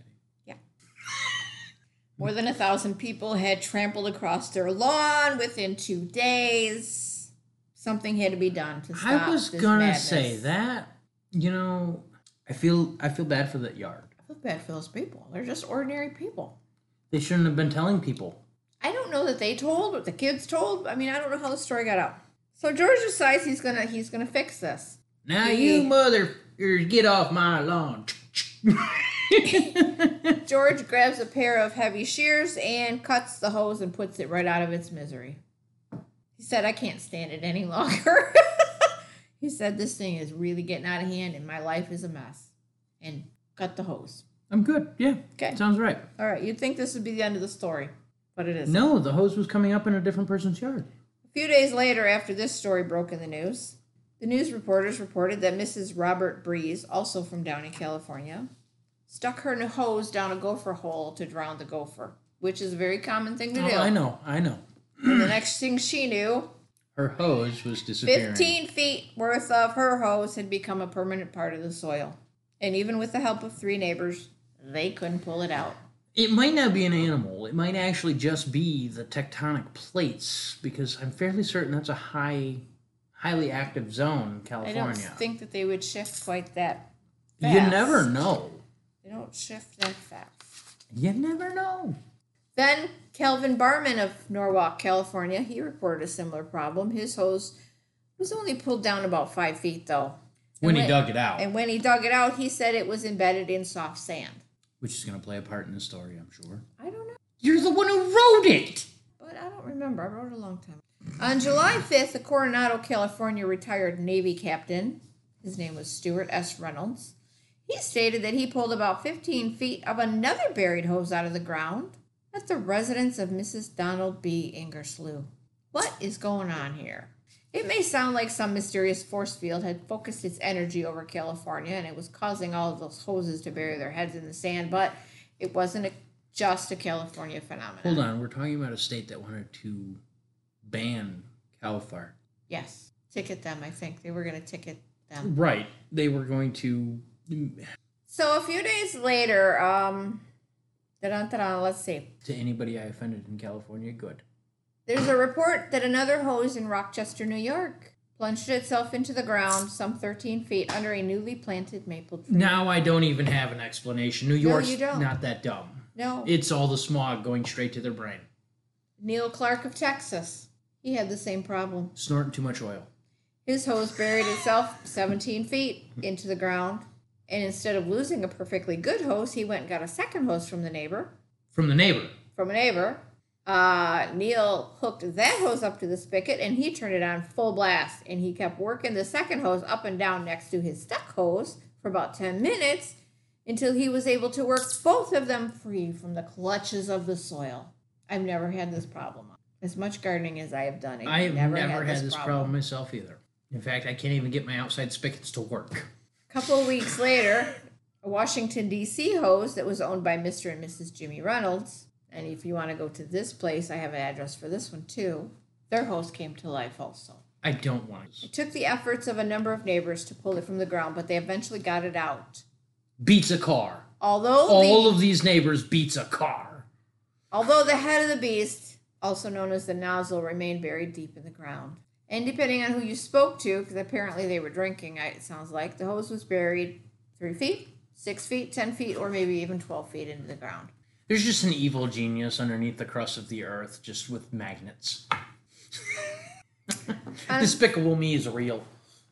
[SPEAKER 2] More than a thousand people had trampled across their lawn within two days. Something had to be done to stop.
[SPEAKER 1] I was
[SPEAKER 2] this
[SPEAKER 1] gonna
[SPEAKER 2] madness.
[SPEAKER 1] say that. You know, I feel I feel bad for that yard.
[SPEAKER 2] I feel bad for those people. They're just ordinary people.
[SPEAKER 1] They shouldn't have been telling people.
[SPEAKER 2] I don't know that they told, what the kids told. I mean, I don't know how the story got out. So George decides he's gonna he's gonna fix this.
[SPEAKER 1] Now
[SPEAKER 2] He-
[SPEAKER 1] you motherfuckers get off my lawn.
[SPEAKER 2] George grabs a pair of heavy shears and cuts the hose and puts it right out of its misery. He said, I can't stand it any longer. he said, This thing is really getting out of hand and my life is a mess. And cut the hose.
[SPEAKER 1] I'm good. Yeah.
[SPEAKER 2] Okay.
[SPEAKER 1] Sounds right.
[SPEAKER 2] All right, you'd think this would be the end of the story, but it isn't.
[SPEAKER 1] No, the hose was coming up in a different person's yard.
[SPEAKER 2] A few days later, after this story broke in the news, the news reporters reported that Mrs. Robert Breeze, also from Downey, California, stuck her hose down a gopher hole to drown the gopher, which is a very common thing to
[SPEAKER 1] Oh,
[SPEAKER 2] do.
[SPEAKER 1] I know. I know.
[SPEAKER 2] And the next thing she knew,
[SPEAKER 1] Her hose was disappearing.
[SPEAKER 2] 15 feet worth of her hose had become a permanent part of the soil. And even with the help of three neighbors, they couldn't pull it out.
[SPEAKER 1] It might not be an animal. It might actually just be the tectonic plates because I'm fairly certain that's a high, highly active zone, in
[SPEAKER 2] I don't
[SPEAKER 1] California.
[SPEAKER 2] think that they would shift quite that.
[SPEAKER 1] You
[SPEAKER 2] fast.
[SPEAKER 1] never know.
[SPEAKER 2] They don't shift that fast.
[SPEAKER 1] You never know.
[SPEAKER 2] Then Calvin Barman of Norwalk, California, he reported a similar problem. His hose was only pulled down about five feet though.
[SPEAKER 1] When
[SPEAKER 2] when-
[SPEAKER 1] he dug it out,
[SPEAKER 2] And when he dug it out, he said it was embedded in soft sand.
[SPEAKER 1] which is going to play a part in the story, I'm sure.
[SPEAKER 2] I don't know.
[SPEAKER 1] You're the one who wrote it.
[SPEAKER 2] But I don't remember. I wrote it a long time. On July 5th, a Coronado, California retired Navy captain, his name was Stuart S. Reynolds, he stated that he pulled about 15 feet of another buried hose out of the ground at the residence of Mrs. Donald B. Ingerslew. What is going on here? It may sound like some mysterious force field had focused its energy over California and it was causing all of those hoses to bury their heads in the sand, but it wasn't a, just a California phenomenon.
[SPEAKER 1] Hold on, we're talking about a state that wanted to ban cow fart.
[SPEAKER 2] Yes. Ticket them, I think. They were going to ticket them.
[SPEAKER 1] Right. They were going to.
[SPEAKER 2] So a few days later, um, da-dun, da-dun, let's see.
[SPEAKER 1] To anybody I offended in California, good.
[SPEAKER 2] There's a report that another hose in Rochester, New York plunged itself into the ground some 13 feet under a newly planted maple tree.
[SPEAKER 1] Now I don't even have an explanation. New York's
[SPEAKER 2] you don't.
[SPEAKER 1] not that dumb.
[SPEAKER 2] No.
[SPEAKER 1] It's all the smog going straight to their brain.
[SPEAKER 2] Neil Clark of Texas. He had the same problem.
[SPEAKER 1] Snorting too much oil.
[SPEAKER 2] His hose buried itself 17 feet into the ground. And instead of losing a perfectly good hose, he went and got a second hose from the neighbor.
[SPEAKER 1] From the neighbor.
[SPEAKER 2] from a neighbor. Uh, Neil hooked that hose up to the spigot and he turned it on full blast. And he kept working the second hose up and down next to his stuck hose for about 10 minutes until he was able to work both of them free from the clutches of the soil. I've never had this problem. As much gardening as I have done, I've
[SPEAKER 1] I have never, had, this problem. myself either. In fact, I can't even get my outside spigots to work.
[SPEAKER 2] couple of weeks later, a Washington, D.C. hose that was owned by Mr. and Mrs. Jimmy Reynolds. And if you want to go to this place, I have an address for this one too. Their hose came to life also.
[SPEAKER 1] I don't want to.
[SPEAKER 2] It took the efforts of a number of neighbors to pull it from the ground, but they eventually got it out.
[SPEAKER 1] Beats a car.
[SPEAKER 2] Although
[SPEAKER 1] All
[SPEAKER 2] the,
[SPEAKER 1] of these neighbors beats a car.
[SPEAKER 2] although the head of the beast, also known as the nozzle, remained buried deep in the ground. And depending on who you spoke to, because apparently they were drinking, I- it sounds like, the hose was buried three feet, six feet, ten feet, or maybe even 12 feet into the ground.
[SPEAKER 1] There's just an evil genius underneath the crust of the earth, just with magnets. Despicable Me is real.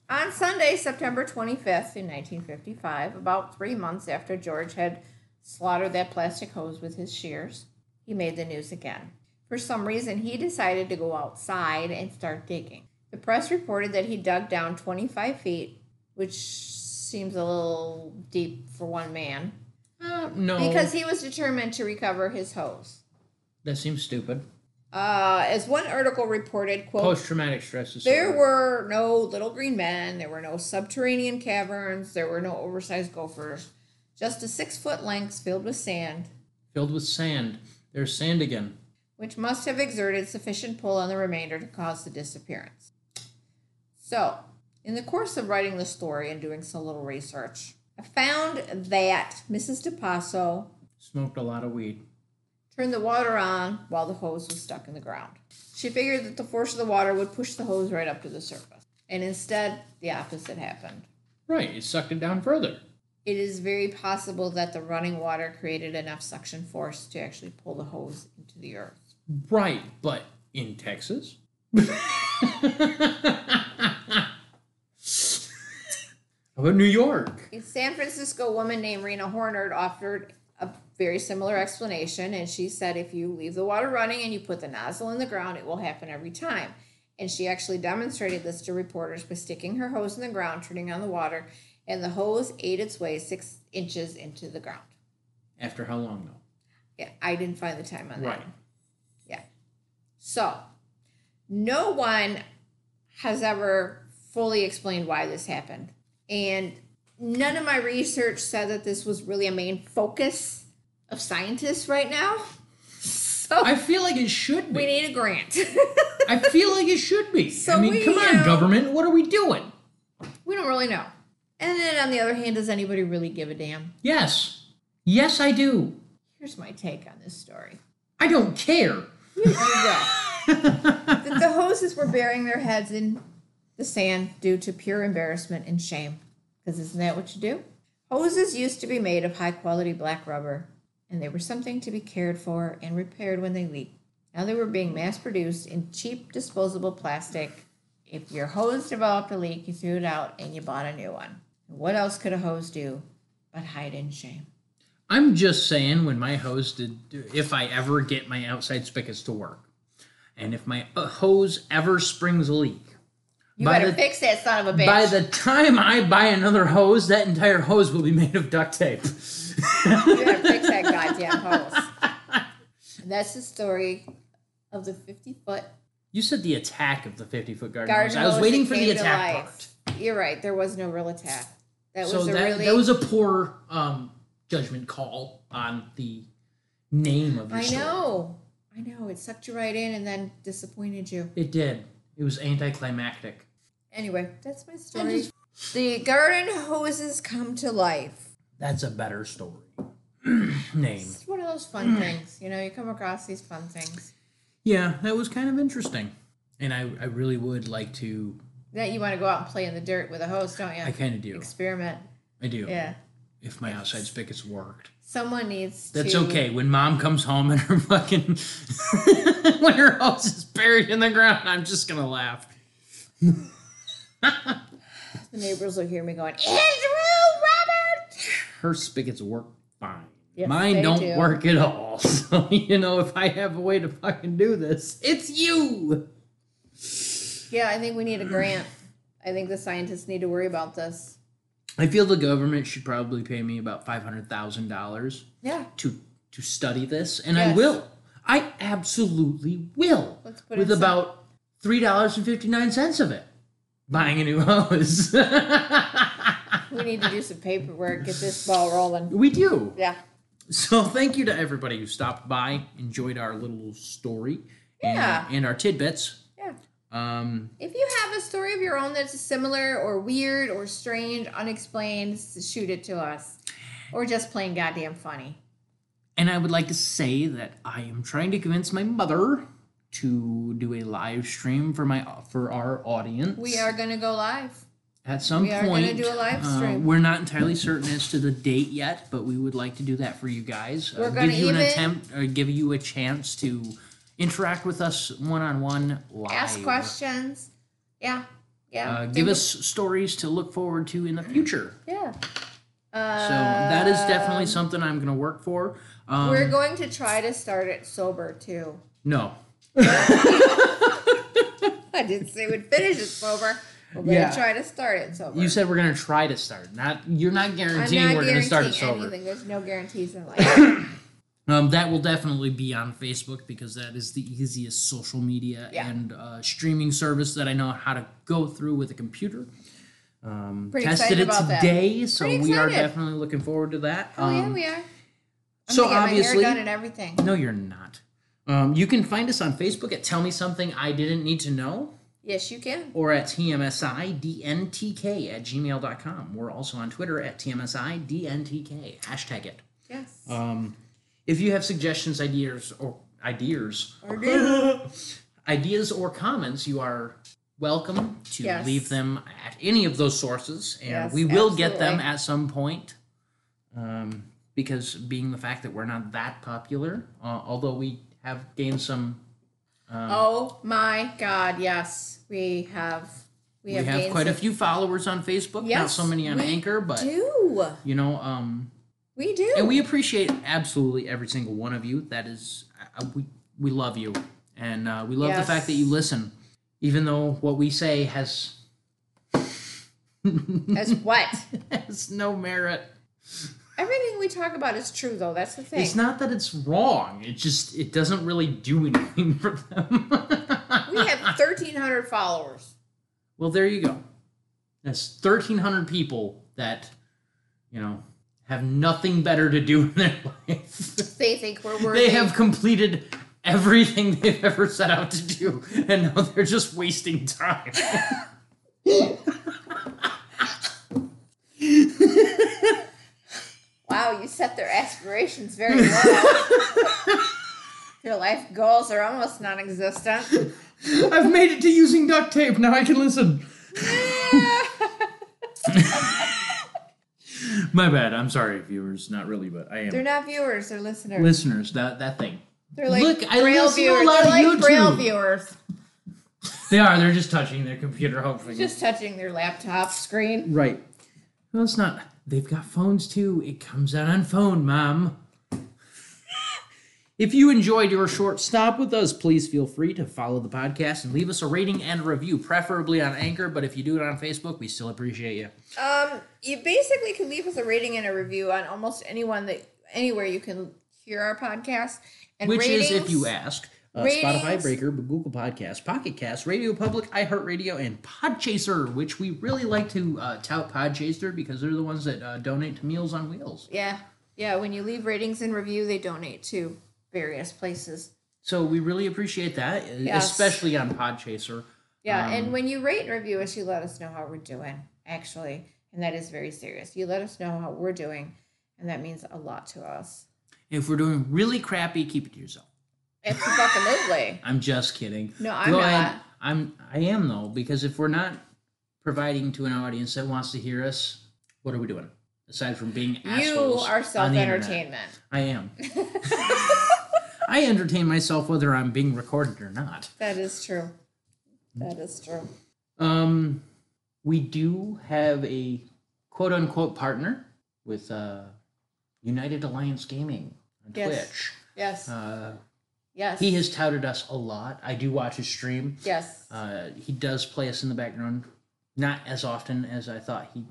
[SPEAKER 2] On Sunday, September 25th, in 1955, about three months after George had slaughtered that plastic hose with his shears, he made the news again. For some reason, he decided to go outside and start digging. The press reported that he dug down 25 feet, which seems a little deep for one man,
[SPEAKER 1] Uh, no,
[SPEAKER 2] because he was determined to recover his hose.
[SPEAKER 1] that seems stupid.
[SPEAKER 2] Uh, as one article reported, quote,
[SPEAKER 1] Post traumatic stress disorder.
[SPEAKER 2] There were no little green men. There were no subterranean caverns. There were no oversized gophers. Just a six foot length filled with sand,
[SPEAKER 1] filled with sand. There's sand again.
[SPEAKER 2] which must have exerted sufficient pull on the remainder to cause the disappearance. So, in the course of writing the story and doing some little research, I found that Mrs. DePasso
[SPEAKER 1] Smoked a lot of weed.
[SPEAKER 2] turned the water on while the hose was stuck in the ground. She figured that the force of the water would push the hose right up to the surface. And instead, the opposite happened.
[SPEAKER 1] Right, it sucked it down further.
[SPEAKER 2] It is very possible that the running water created enough suction force to actually pull the hose into the earth.
[SPEAKER 1] Right, but in Texas? How about New York?
[SPEAKER 2] A San Francisco woman named Rena Hornard offered a very similar explanation, and she said if you leave the water running and you put the nozzle in the ground, it will happen every time. And she actually demonstrated this to reporters by sticking her hose in the ground, turning on the water, and the hose ate its way six inches into the ground.
[SPEAKER 1] After how long, though?
[SPEAKER 2] Yeah, I didn't find the time on that.
[SPEAKER 1] Right.
[SPEAKER 2] Yeah. So, no one has ever fully explained why this happened. And none of my research said that this was really a main focus of scientists right now. So,
[SPEAKER 1] I feel like it should be.
[SPEAKER 2] we need a grant.
[SPEAKER 1] I feel like it should be.
[SPEAKER 2] So
[SPEAKER 1] I mean,
[SPEAKER 2] we,
[SPEAKER 1] come
[SPEAKER 2] you
[SPEAKER 1] on,
[SPEAKER 2] know-
[SPEAKER 1] government. What are we doing?
[SPEAKER 2] we don't really know. And then, on the other hand, does anybody really give a damn?
[SPEAKER 1] Yes. Yes, I do.
[SPEAKER 2] Here's my take on this story.
[SPEAKER 1] I don't care.
[SPEAKER 2] Here you go. that the hoses were burying their heads in the sand due to pure embarrassment and shame. Because isn't that what you do? Hoses used to be made of high quality black rubber, and they were something to be cared for and repaired when they leaked. Now they were being mass produced in cheap disposable plastic. If your hose developed a leak, you threw it out and you bought a new one. What else could a hose do but hide in shame?
[SPEAKER 1] I'm just saying, when my hose did, if I ever get my outside spigots to work, and if my uh, hose ever springs a leak,
[SPEAKER 2] You
[SPEAKER 1] By
[SPEAKER 2] better
[SPEAKER 1] the-
[SPEAKER 2] fix that son of a bitch.
[SPEAKER 1] by the time I buy another hose, that entire hose will be made of duct tape.
[SPEAKER 2] You gotta fix that goddamn hose. And that's the story of the 50 foot
[SPEAKER 1] You said the attack of the 50 foot garden,
[SPEAKER 2] garden
[SPEAKER 1] hose. I was
[SPEAKER 2] hose
[SPEAKER 1] waiting
[SPEAKER 2] that
[SPEAKER 1] for the
[SPEAKER 2] came to
[SPEAKER 1] attack
[SPEAKER 2] life.
[SPEAKER 1] part.
[SPEAKER 2] You're right. There was no real attack. That
[SPEAKER 1] so
[SPEAKER 2] was a
[SPEAKER 1] that,
[SPEAKER 2] really.
[SPEAKER 1] that was a poor um, judgment call on the name of your
[SPEAKER 2] I
[SPEAKER 1] story.
[SPEAKER 2] know. I know. It sucked you right in and then disappointed you.
[SPEAKER 1] It did. It was anticlimactic.
[SPEAKER 2] Anyway, that's my story. The garden hoses come to life.
[SPEAKER 1] That's a better story. name.
[SPEAKER 2] It's one of those fun
[SPEAKER 1] Hmm.
[SPEAKER 2] things. You know, you come across these fun things
[SPEAKER 1] Yeah, that was kind of interesting. And I, I really would like to.
[SPEAKER 2] that you want to go out and play in the dirt with a hose, don't you?
[SPEAKER 1] I kind of do.
[SPEAKER 2] Experiment.
[SPEAKER 1] I do.
[SPEAKER 2] Yeah.
[SPEAKER 1] If my outside spigots worked.
[SPEAKER 2] Someone needs
[SPEAKER 1] That's
[SPEAKER 2] to.
[SPEAKER 1] okay. When mom comes home and her fucking when her hose is buried in the ground, I'm just gonna laugh.
[SPEAKER 2] The neighbors will hear me going, Andrew Robert!
[SPEAKER 1] Her spigots work fine.
[SPEAKER 2] Yes,
[SPEAKER 1] Mine
[SPEAKER 2] they
[SPEAKER 1] don't
[SPEAKER 2] do.
[SPEAKER 1] work at all. So you know, if I have a way to fucking do this, it's you.
[SPEAKER 2] Yeah, I think we need a grant. I think the scientists need to worry about this.
[SPEAKER 1] I feel the government should probably pay me about five hundred thousand dollars
[SPEAKER 2] Yeah.
[SPEAKER 1] to to study this, and I
[SPEAKER 2] Yes.
[SPEAKER 1] will. I absolutely will.
[SPEAKER 2] Let's put in
[SPEAKER 1] with
[SPEAKER 2] some-
[SPEAKER 1] about three dollars and fifty nine cents of it, buying a new hose.
[SPEAKER 2] We need to do some paperwork, get this ball rolling.
[SPEAKER 1] we do.
[SPEAKER 2] Yeah.
[SPEAKER 1] So thank you to everybody who stopped by, enjoyed our little story, and,
[SPEAKER 2] Yeah.
[SPEAKER 1] and our tidbits.
[SPEAKER 2] Yeah.
[SPEAKER 1] Um,
[SPEAKER 2] If you have a story of your own that's similar or weird or strange, unexplained, s- shoot it to us. Or just plain goddamn funny.
[SPEAKER 1] and I would like to say that I am trying to convince my mother to do a live stream for my for our audience.
[SPEAKER 2] We are going to go live.
[SPEAKER 1] at some
[SPEAKER 2] we are
[SPEAKER 1] point.
[SPEAKER 2] gonna do a live
[SPEAKER 1] uh,
[SPEAKER 2] stream.
[SPEAKER 1] we're not entirely certain as to the date yet, but we would like to do that for you guys.
[SPEAKER 2] We're
[SPEAKER 1] uh,
[SPEAKER 2] gonna
[SPEAKER 1] give you an
[SPEAKER 2] even-
[SPEAKER 1] attempt, or give you a chance to interact with us one on one live.
[SPEAKER 2] Ask questions. Yeah. Yeah.
[SPEAKER 1] Uh,
[SPEAKER 2] Think
[SPEAKER 1] give
[SPEAKER 2] of-
[SPEAKER 1] us stories to look forward to in the future.
[SPEAKER 2] Yeah. Um,
[SPEAKER 1] So that is definitely something I'm going to work for. Um,
[SPEAKER 2] We're going to try to start it sober too.
[SPEAKER 1] no,
[SPEAKER 2] I didn't say we'd finish it sober. We're going
[SPEAKER 1] Yeah.
[SPEAKER 2] to try to start it sober.
[SPEAKER 1] you said we're going to try to start. Not you're not
[SPEAKER 2] I'm not
[SPEAKER 1] guaranteeing
[SPEAKER 2] guaranteeing
[SPEAKER 1] we're going to start it sober.
[SPEAKER 2] anything. There's no guarantees in life.
[SPEAKER 1] Um, that will definitely be on Facebook because that is the easiest social media
[SPEAKER 2] Yeah.
[SPEAKER 1] and uh, streaming service that I know how to go through with a computer. Um,
[SPEAKER 2] Pretty
[SPEAKER 1] tested
[SPEAKER 2] excited
[SPEAKER 1] it
[SPEAKER 2] about that.
[SPEAKER 1] today, so
[SPEAKER 2] Pretty
[SPEAKER 1] we are
[SPEAKER 2] excited.
[SPEAKER 1] definitely looking forward to that.
[SPEAKER 2] Oh yeah,
[SPEAKER 1] Um,
[SPEAKER 2] we are. I'm
[SPEAKER 1] so
[SPEAKER 2] gonna get
[SPEAKER 1] obviously,
[SPEAKER 2] my hair done and everything.
[SPEAKER 1] no, you're not. Um, you can find us on Facebook at Tell Me Something I Didn't Need to Know
[SPEAKER 2] Yes, you can.
[SPEAKER 1] or at TMSIDNTK at gmail.com. We're also on Twitter at TMSIDNTK. Hashtag it.
[SPEAKER 2] Yes.
[SPEAKER 1] Um, if you have suggestions, ideas, or ideas, ideas or comments, you are welcome to
[SPEAKER 2] Yes.
[SPEAKER 1] leave them at any of those sources, and
[SPEAKER 2] Yes,
[SPEAKER 1] we will get them
[SPEAKER 2] absolutely.
[SPEAKER 1] at some point. Um, because being the fact that we're not that popular, uh, although we have gained some,
[SPEAKER 2] oh my God! Yes, we have. We
[SPEAKER 1] we
[SPEAKER 2] have,
[SPEAKER 1] have,
[SPEAKER 2] gained
[SPEAKER 1] quite a
[SPEAKER 2] some-
[SPEAKER 1] few followers on Facebook. not
[SPEAKER 2] Yes,
[SPEAKER 1] so many on
[SPEAKER 2] we
[SPEAKER 1] Anchor, but
[SPEAKER 2] Do
[SPEAKER 1] you know, um,
[SPEAKER 2] we do?
[SPEAKER 1] and we appreciate absolutely every single one of you that is uh, we we love you and uh, we love the
[SPEAKER 2] Yes.
[SPEAKER 1] fact that you listen even though what we say has
[SPEAKER 2] As what?
[SPEAKER 1] has no merit
[SPEAKER 2] Everything we talk about is true, though. That's the thing.
[SPEAKER 1] it's not that it's wrong it just it doesn't really do anything for them
[SPEAKER 2] we have thirteen hundred followers.
[SPEAKER 1] well there you go that's 1300 people that you know have nothing better to do in their life
[SPEAKER 2] They think we're worthy.
[SPEAKER 1] they have completed everything they've ever set out to do and now they're just wasting time
[SPEAKER 2] Wow, you set their aspirations very low. Their life goals are almost non-existent.
[SPEAKER 1] I've made it to using duct tape. Now I can listen. My bad. I'm sorry, viewers. Not really, but I am.
[SPEAKER 2] they're not viewers; they're listeners.
[SPEAKER 1] Listeners, that that thing.
[SPEAKER 2] They're like
[SPEAKER 1] Look, I
[SPEAKER 2] braille
[SPEAKER 1] listen to a
[SPEAKER 2] viewers.
[SPEAKER 1] lot
[SPEAKER 2] they're
[SPEAKER 1] of
[SPEAKER 2] like braille
[SPEAKER 1] YouTube.
[SPEAKER 2] viewers.
[SPEAKER 1] They are. They're just touching their computer, hopefully.
[SPEAKER 2] Just touching their laptop screen.
[SPEAKER 1] right. Well, it's not. They've got phones too. It comes out on phone, Mom. If you enjoyed your short stop with us, please feel free to follow the podcast and leave us a rating and review, preferably on Anchor. But if you do it on Facebook, we still appreciate you.
[SPEAKER 2] Um, you basically can leave us a rating and a review on almost anyone that anywhere you can hear our podcast. And
[SPEAKER 1] Which
[SPEAKER 2] ratings,
[SPEAKER 1] is, if you ask, uh, Spotify,
[SPEAKER 2] ratings.
[SPEAKER 1] Breaker, Google Podcasts, Pocket Cast, Radio Public, iHeartRadio, and Podchaser, which we really like to uh, tout Podchaser because they're the ones that uh, donate to Meals on Wheels.
[SPEAKER 2] yeah, yeah. When you leave ratings and review, they donate to various places.
[SPEAKER 1] So we really appreciate that, e-
[SPEAKER 2] Yes.
[SPEAKER 1] especially on Podchaser.
[SPEAKER 2] Yeah,
[SPEAKER 1] Um,
[SPEAKER 2] and when you rate and review us, you let us know how we're doing, actually. And that is very serious. You let us know how we're doing, and that means a lot to us.
[SPEAKER 1] If we're doing really crappy, keep it to yourself.
[SPEAKER 2] It's fucking
[SPEAKER 1] I'm just kidding.
[SPEAKER 2] No, I'm
[SPEAKER 1] Go
[SPEAKER 2] not.
[SPEAKER 1] ahead. I'm I am though because if we're not providing to an audience that wants to hear us, what are we doing? Aside from being
[SPEAKER 2] You
[SPEAKER 1] assholes
[SPEAKER 2] are
[SPEAKER 1] on
[SPEAKER 2] self
[SPEAKER 1] the internet.
[SPEAKER 2] entertainment.
[SPEAKER 1] I am. I entertain myself whether I'm being recorded or not.
[SPEAKER 2] That is true. That is true.
[SPEAKER 1] Um, we do have a quote unquote partner with uh, United Alliance Gaming on
[SPEAKER 2] Yes.
[SPEAKER 1] Twitch.
[SPEAKER 2] Yes.
[SPEAKER 1] Uh,
[SPEAKER 2] yes.
[SPEAKER 1] he has touted us a lot. I do watch his stream.
[SPEAKER 2] yes.
[SPEAKER 1] Uh, he does play us in the background, not as often as I thought he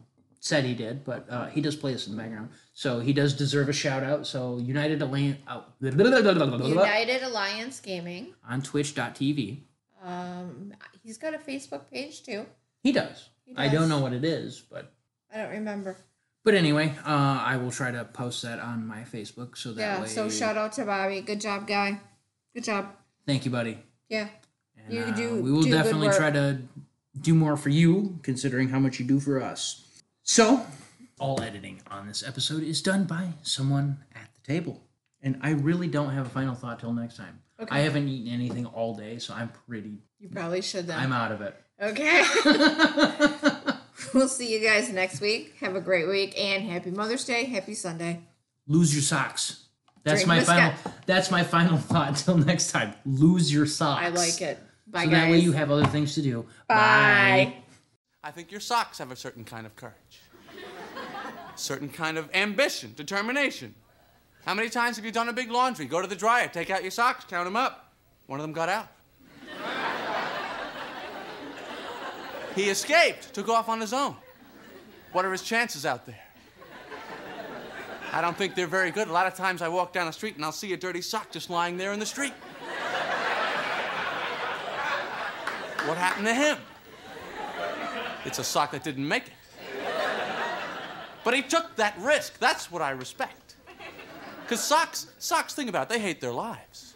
[SPEAKER 1] said he did, but uh, he does play us in the background. So he does deserve a shout out. So United Alliance
[SPEAKER 2] United Alliance Gaming.
[SPEAKER 1] on Twitch.tv.
[SPEAKER 2] Um, he's got a Facebook page too.
[SPEAKER 1] He does.
[SPEAKER 2] He
[SPEAKER 1] I don't
[SPEAKER 2] does.
[SPEAKER 1] know what it is, but
[SPEAKER 2] I don't remember.
[SPEAKER 1] but anyway, uh, I will try to post that on my Facebook so that
[SPEAKER 2] Yeah.
[SPEAKER 1] way.
[SPEAKER 2] So shout out to Bobby. Good job, guy. Good job.
[SPEAKER 1] Thank you, buddy.
[SPEAKER 2] Yeah.
[SPEAKER 1] And,
[SPEAKER 2] You
[SPEAKER 1] uh,
[SPEAKER 2] do-
[SPEAKER 1] we will
[SPEAKER 2] do good
[SPEAKER 1] definitely
[SPEAKER 2] work.
[SPEAKER 1] try to do more for you, considering how much you do for us. So, all editing on this episode is done by someone at the table, and I really don't have a final thought till next time.
[SPEAKER 2] Okay.
[SPEAKER 1] I haven't eaten anything all day, so I'm pretty.
[SPEAKER 2] You probably should then.
[SPEAKER 1] I'm out of it.
[SPEAKER 2] Okay. we'll see you guys next week. Have a great week and happy Mother's Day. Happy Sunday.
[SPEAKER 1] lose your socks. That's
[SPEAKER 2] Drink
[SPEAKER 1] my
[SPEAKER 2] Whiskey.
[SPEAKER 1] final. That's my final thought. Till next time, lose your socks.
[SPEAKER 2] I like it. Bye,
[SPEAKER 1] So
[SPEAKER 2] guys.
[SPEAKER 1] that way you have other things to do.
[SPEAKER 2] Bye.
[SPEAKER 3] I think your socks have a certain kind of courage, certain kind of ambition, determination. How many times have you done a big laundry? Go to the dryer, take out your socks, count them up. One of them got out. he escaped, took off on his own. What are his chances out there? I don't think they're very good. A lot of times I walk down the street and I'll see a dirty sock just lying there in the street. What happened to him? It's a sock that didn't make it. But he took that risk. That's what I respect. Because socks, socks, think about it, they hate their lives.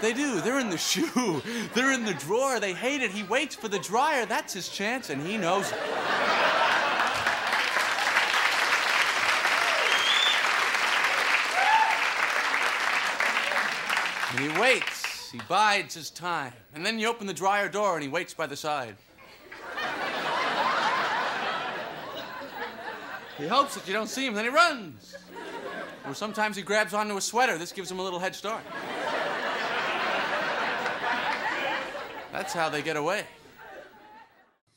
[SPEAKER 3] They do. They're in the shoe, they're in the drawer. They hate it. He waits for the dryer. That's his chance, and he knows it. And he waits. He bides his time. And then you open the dryer door and he waits by the side. he hopes that you don't see him, then he runs. Or sometimes he grabs onto a sweater. This gives him a little head start. That's how they get away.